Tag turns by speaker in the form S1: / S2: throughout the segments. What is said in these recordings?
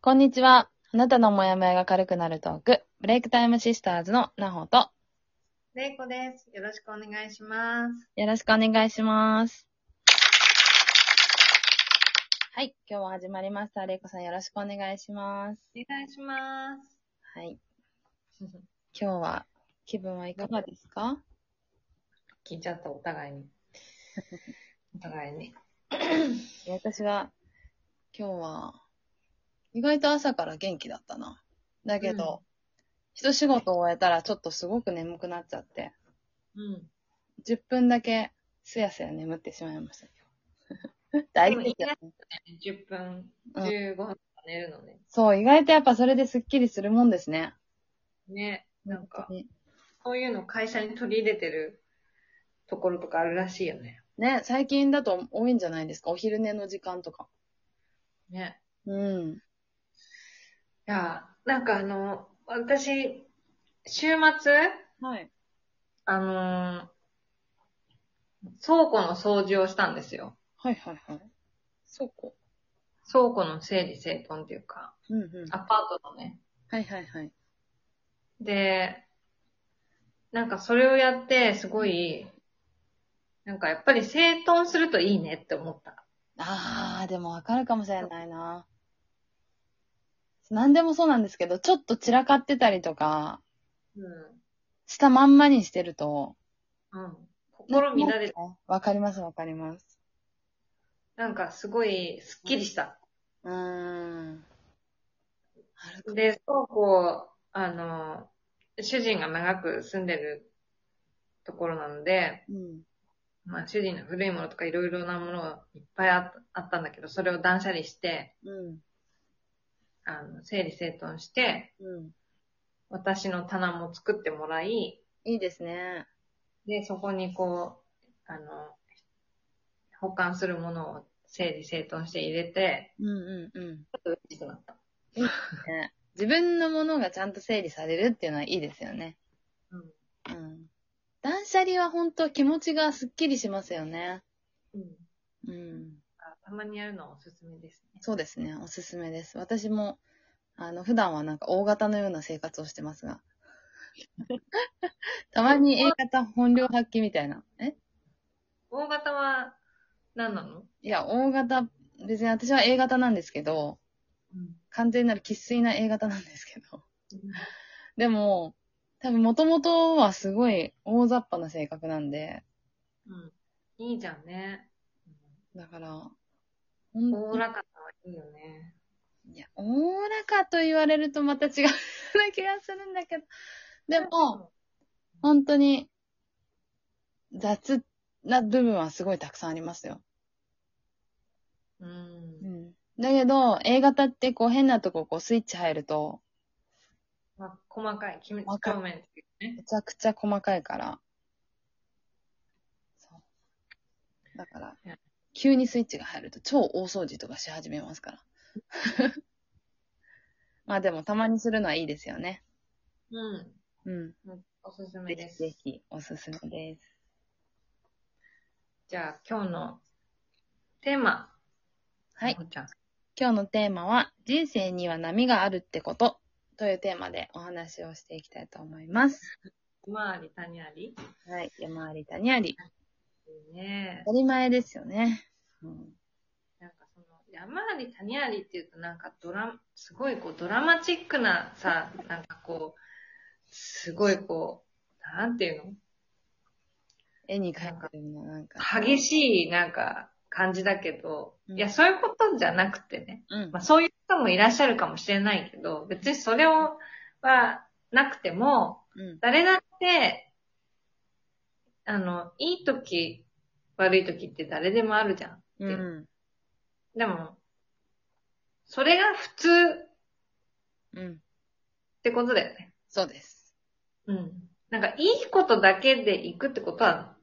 S1: こんにちは。あなたのモヤモヤが軽くなるトーク、ブレイクタイムシスターズのなほと、
S2: れいこです。よろしくお願いします。
S1: よろしくお願いします。はい、今日は始まりました。れいこさんよろしくお願いします。
S2: お願いします。
S1: はい。今日は気分はいかがですか
S2: 聞いちゃった、お互い に。お互いに。
S1: いや私は、今日は、意外と朝から元気だったな。だけど、一仕事終えたらちょっとすごく眠くなっちゃって、
S2: うん。
S1: 10分だけすやすや眠ってしまいました。 大事ですよね。
S2: 10分、
S1: うん
S2: 15分寝るのね。
S1: そう、意外とやっぱそれでスッキリするもんですね。
S2: ね。なんか、
S1: ね
S2: こういうの会社に取り入れてるところとかあるらしいよね。
S1: ね、最近だと多いんじゃないですか。お昼寝の時間とか。
S2: ね。
S1: うん。
S2: いや、なんかあの、私、週末、
S1: はい。
S2: あのー倉庫の掃除をしたんですよ。
S1: はいはいはい。そうこ
S2: 倉庫の整理整頓っていうか、
S1: う。うんうん。
S2: アパートのね。
S1: はいはいはい。
S2: で、なんかそれをやって、すごい、なんかやっぱり整頓するといいねって思った。
S1: あー、でもわかるかもしれないな。何でもそうなんですけど、ちょっと散らかってたりとか、
S2: う
S1: したまんまにしてると、
S2: ん。うん。心乱れて、
S1: わかりますわかります。
S2: なんかすごいスッキリした。
S1: うーん。あるか
S2: で、倉庫、あの、主人が長く住んでるところなので、
S1: うん。
S2: まあ主人の古いものとかいろいろなものがいっぱいあっあったんだけど、それを断捨離して、
S1: うん。
S2: あの、整理整頓して、
S1: うん。
S2: 私の棚も作ってもらい、
S1: いいですね。
S2: で、そこにこう、あの、保管するものを整理整頓して入れて、
S1: うんうんうん。
S2: ちょっと嬉しくなった。
S1: ね、自分のものがちゃんと整理されるっていうのはいいですよね。
S2: うん。
S1: うん。断捨離は本当気持ちがすっきりしますよね。
S2: うん。
S1: うん。
S2: たまにやるのはおすすめですね。
S1: そうですね。おすすめです。私も、あの、普段はなんか大型のような生活をしてます が。たまに A 型本領発揮みたいな。え
S2: 大型は何なの
S1: いや、大型、別に私は A 型なんですけど、
S2: うん。
S1: 完全なる生粋な A 型なんですけど。 でも、多分元々はすごい大雑把な性格なんで、
S2: うん。いいじゃんね。
S1: だから、
S2: うん
S1: ほ
S2: おお
S1: ん
S2: らかさはいいよね。
S1: いや、おおらかと言われるとまた違うような気がするんだけど、でも、、本当に、雑な部分はすごいたくさんありますよ。
S2: う。
S1: うんん。だけど、A 型ってこう変なとここうスイッチ入ると、
S2: まあ、細かい、きめ
S1: 細かい
S2: 表面っていうね。
S1: めちゃくちゃ細かいから。そう。だから
S2: いや、
S1: 急にスイッチが入ると超大掃除とかし始めます から。まあでもたまにするのはいいですよね。
S2: うん。
S1: うん。
S2: おすすめ
S1: ぜ
S2: で
S1: ひ
S2: す
S1: ぜ。ひおすすめです。
S2: じゃあ、今日のテーマ。
S1: はい
S2: まこちゃん。
S1: 今日のテーマは人生には波があるってことというテーマでお話をしていきたいと思います。
S2: まあ、りたにあり。
S1: はい。山あり谷あり。
S2: いいね
S1: 当たり前ですよね。うん。
S2: なんかその、山あり谷ありっていうとなんかドラ、すごいこうドラマチックな さ、なんかこう、すごいこう、なんていう
S1: 絵に描いてるのなんか。
S2: の激しいなんか感じだけど、
S1: うん
S2: いや、そういうことじゃなくてね。
S1: うん
S2: まあそういう人もいらっしゃるかもしれないけど、別にそれを、はなくても、
S1: うん。
S2: 誰だって、あの、いい時、悪い時って誰でもあるじゃん。
S1: うん。
S2: でも、それが普通っ
S1: うん。
S2: てことだよね。
S1: そうです。
S2: うん。なんか、いいことだけで行くってことは、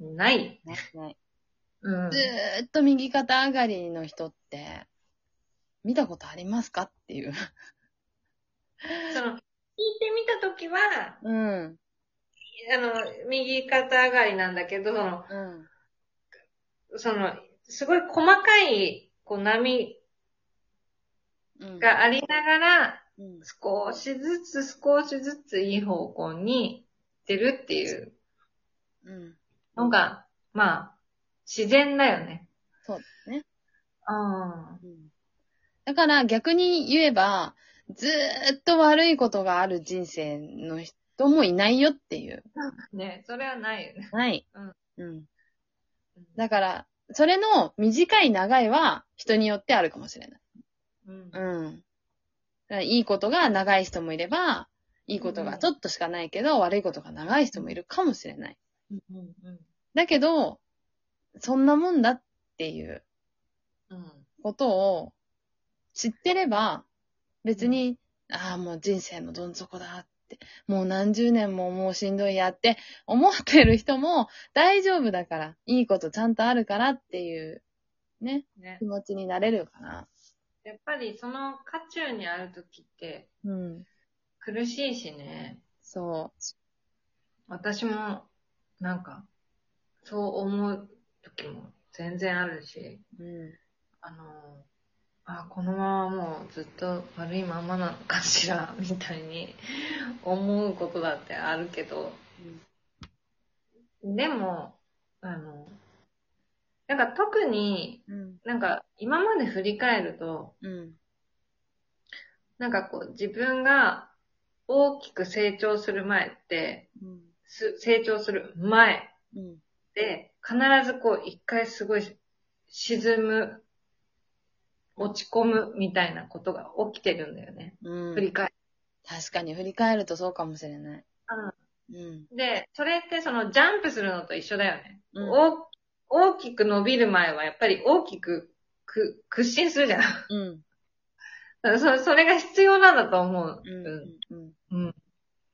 S2: ない。
S1: ね、ね
S2: うん
S1: ずーっと右肩上がりの人って、見たことありますかっていう。
S2: その、聞いてみたときは、あ
S1: うん。
S2: の、右肩上がりなんだけど、その、
S1: うん。
S2: その、すごい細かい、こう、波
S1: うん。
S2: がありながら、
S1: うん
S2: 少しずつ少しずついい方向に行ってるっていう
S1: うん。
S2: のが、まあ、自然だよね。
S1: そうですね。
S2: あ
S1: うんだから逆に言えば、ずーっと悪いことがある人生の人もいないよっていう。
S2: あ。ね、それはないよね。
S1: はい。
S2: うん
S1: うん。だから、それの短い長いは人によってあるかもしれない。
S2: うん
S1: うん。だからいいことが長い人もいれば、いいことがちょっとしかないけど、悪いことが長い人もいるかもしれない。
S2: うんうん
S1: だけど、そんなもんだっていう
S2: うん
S1: ことを知ってれば、別に、ああ、もう人生のどん底だって、もう何十年ももうしんどいやって思ってる人も大丈夫だから、いいことちゃんとあるからっていう、ね、
S2: ね
S1: 気、持ちになれるかな。
S2: やっぱりその渦中にある時って
S1: うん。
S2: 苦しいしね、
S1: そ
S2: 私もなんかそう思う時も全然あるし、
S1: う。う
S2: あの、あ、このままもうずっと悪いままなのかしら、みたいに 思うことだってあるけど、でも、あの、なんか特に
S1: ん。うん。
S2: なんか今まで振り返ると、
S1: うん。
S2: なんかこう自分が大きく成長する前って、
S1: うん。
S2: す成長する前
S1: うん。
S2: で、必ずこう一回すごい沈む、落ち込むみたいなことが起きてるんだよね。
S1: うん
S2: 振り返っ
S1: 確かに振り返るとそうかもしれない。うん。
S2: て。で、それってそのジャンプするのと一緒だよね。
S1: うん
S2: お大きく伸びる前はやっぱり大きくく屈伸するじゃん。だか
S1: うん。
S2: ら そそれが必要なんだと思う。
S1: うん。
S2: うん。
S1: うん。
S2: うん。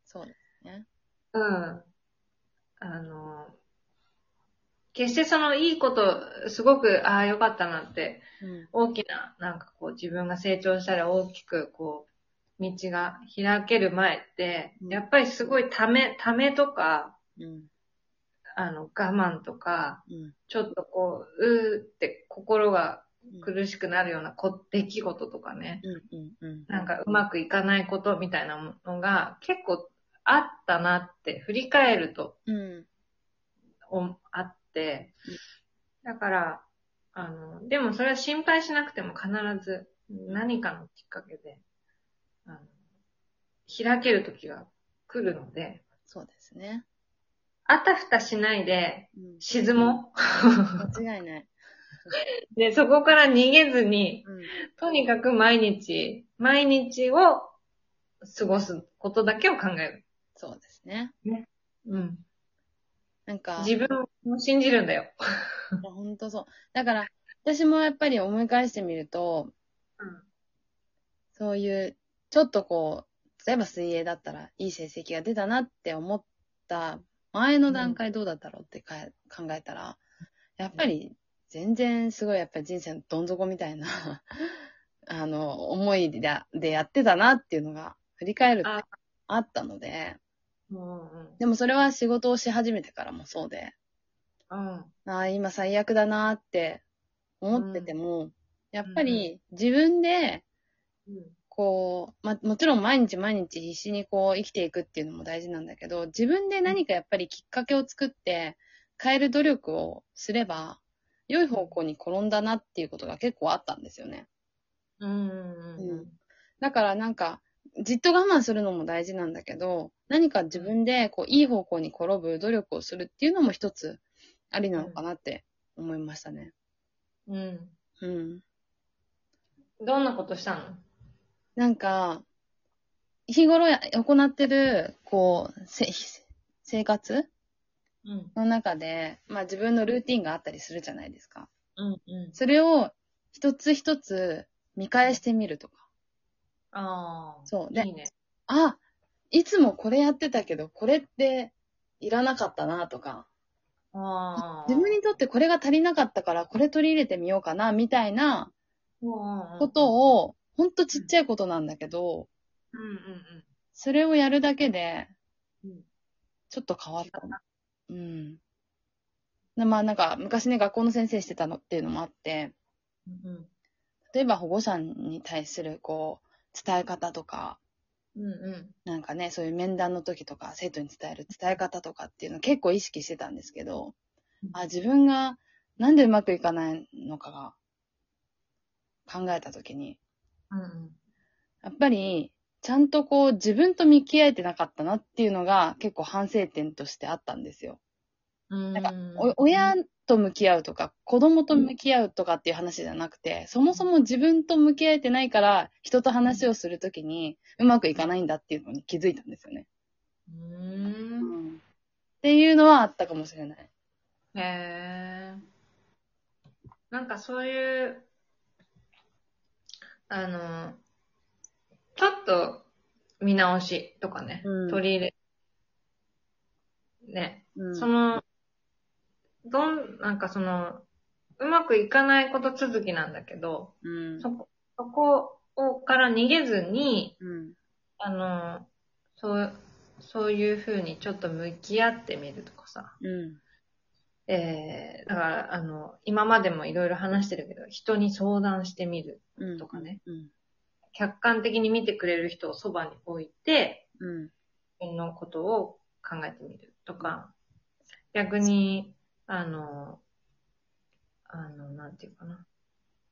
S1: そうですね。
S2: うん。あの、決してそのいいこと、すごく、ああ、よかったなって
S1: うん。
S2: 大きな、なんかこう自分が成長したら大きくこう、道が開ける前って、
S1: うん
S2: やっぱりすごいため、ためとか、
S1: うん。
S2: あの、我慢とか、
S1: うん。
S2: ちょっとこう、うーって心が
S1: うん。
S2: 苦しくなるようなこ出来事とかね、
S1: うん。うん。
S2: なんかうまくいかないことみたいなのが結構あったなって振り返ると
S1: うん。
S2: おあって
S1: うん、
S2: だから、あの、でもそれは心配しなくても必ず何かのきっかけで、あの開ける時が来るので、
S1: そうですね。
S2: あたふたしないで
S1: うん。
S2: 沈も
S1: 間違いない。
S2: う。で、そこから逃げずに、
S1: うん。
S2: とにかく毎日、毎日を過ごすことだけを考える。
S1: そうですね。
S2: うん。
S1: なんか、
S2: 自分を信じるんだよ。
S1: ほんとそう。だから、私もやっぱり思い返してみると、そういう、ちょっとこう、例えば水泳だったらいい成績が出たなって思った前の段階どうだったろうってかえ考えたら、やっぱり全然すごいやっぱり人生のどん底みたいな、 あの、思いででやってたなっていうのが振り返ると
S2: あ
S1: あったので、
S2: うん。うん。
S1: でもそれは仕事をし始めてからもそうで、
S2: うん。
S1: ああ、今最悪だなって思ってても、やっぱり自分で
S2: うん。
S1: こう、ま、もちろん毎日毎日必死にこう生きていくっていうのも大事なんだけど、自分で何かやっぱりきっかけを作って変える努力をすれば、良い方向に転んだなっていうことが結構あったんですよね。
S2: うん。
S1: うんだからなんか、じっと我慢するのも大事なんだけど、何か自分でこういい方向に転ぶ努力をするっていうのも一つありなのかなって思いましたね。
S2: うん。うん
S1: うん。
S2: どんなことしたの
S1: なんか、日頃や行ってる、こう、せ生活
S2: うん。
S1: の中で、まあ自分のルーティンがあったりするじゃないですか。
S2: うん。うん。
S1: それを一つ一つ見返してみるとか。
S2: ああ。
S1: そうで
S2: いいね。
S1: あ、いつもこれやってたけど、これっていらなかったなとか、
S2: ああ。
S1: 自分にとってこれが足りなかったから、これ取り入れてみようかな、みたいなこ
S2: を。
S1: とを、ほんとちっちゃいことなんだけど、
S2: うんうん
S1: それをやるだけで、
S2: うんうん。
S1: ちょっと変わったな。うん。なまあなんか、昔ね、学校の先生してたのっていうのもあって、
S2: うん
S1: 例えば保護者に対するこう、伝え方とか、
S2: うんう
S1: なんかね、そういう面談の時とか、生徒に伝える伝え方とかっていうの結構意識してたんですけど、
S2: うん
S1: あ、自分がなんでうまくいかないのかが、考えた時に、
S2: ん。うん
S1: やっぱり、ちゃんとこう自分と向き合えてなかったなっていうのが結構反省点としてあったんですよ。
S2: うん。
S1: なんか
S2: うん
S1: お親と向き合うとか、子供と向き合うとかっていう話じゃなくて、そもそも自分と向き合えてないから、人と話をするときにうまくいかないんだっていうのに気づいたんですよね。
S2: うん。
S1: っていうのはあったかもしれない。
S2: へえ。なんかそういう、あの、ちょっと見直しとかね、
S1: うん
S2: 取り入れ、ね、
S1: う
S2: その、どん、なんかその、うまくいかないこと続きなんだけど、
S1: うん
S2: そこ、そこをから逃げずに、
S1: うん。
S2: あの、そう、そういうふうにちょっと向き合ってみるとかさ。
S1: うん。
S2: えー、だから、あの、今までもいろいろ話してるけど、人に相談してみる。
S1: うん。
S2: とかね。
S1: うん。
S2: 客観的に見てくれる人をそばに置いて、
S1: うん。
S2: 自分のことを考えてみるとか、逆に、あの、あの、なんていうかな。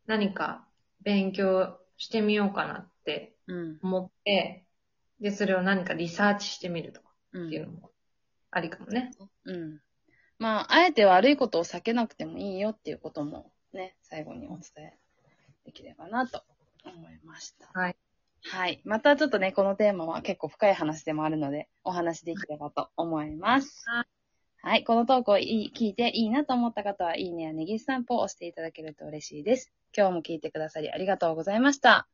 S2: 何か勉強してみようかなって
S1: うん。
S2: 思って、で、それを何かリサーチしてみるとか
S1: うん
S2: っていうのもありかもね。
S1: うん。まあ、あえて悪いことを避けなくてもいいよっていうこともね、最後にお伝えできればなと思いました。
S2: はい。
S1: はい。またちょっとね、このテーマは結構深い話でもあるので、お話できればと思います。
S2: は
S1: はい。この投稿いい聞いていいなと思った方は、いいねやネギスタンプを押していただけると嬉しいです。今日も聞いてくださりありがとうございました。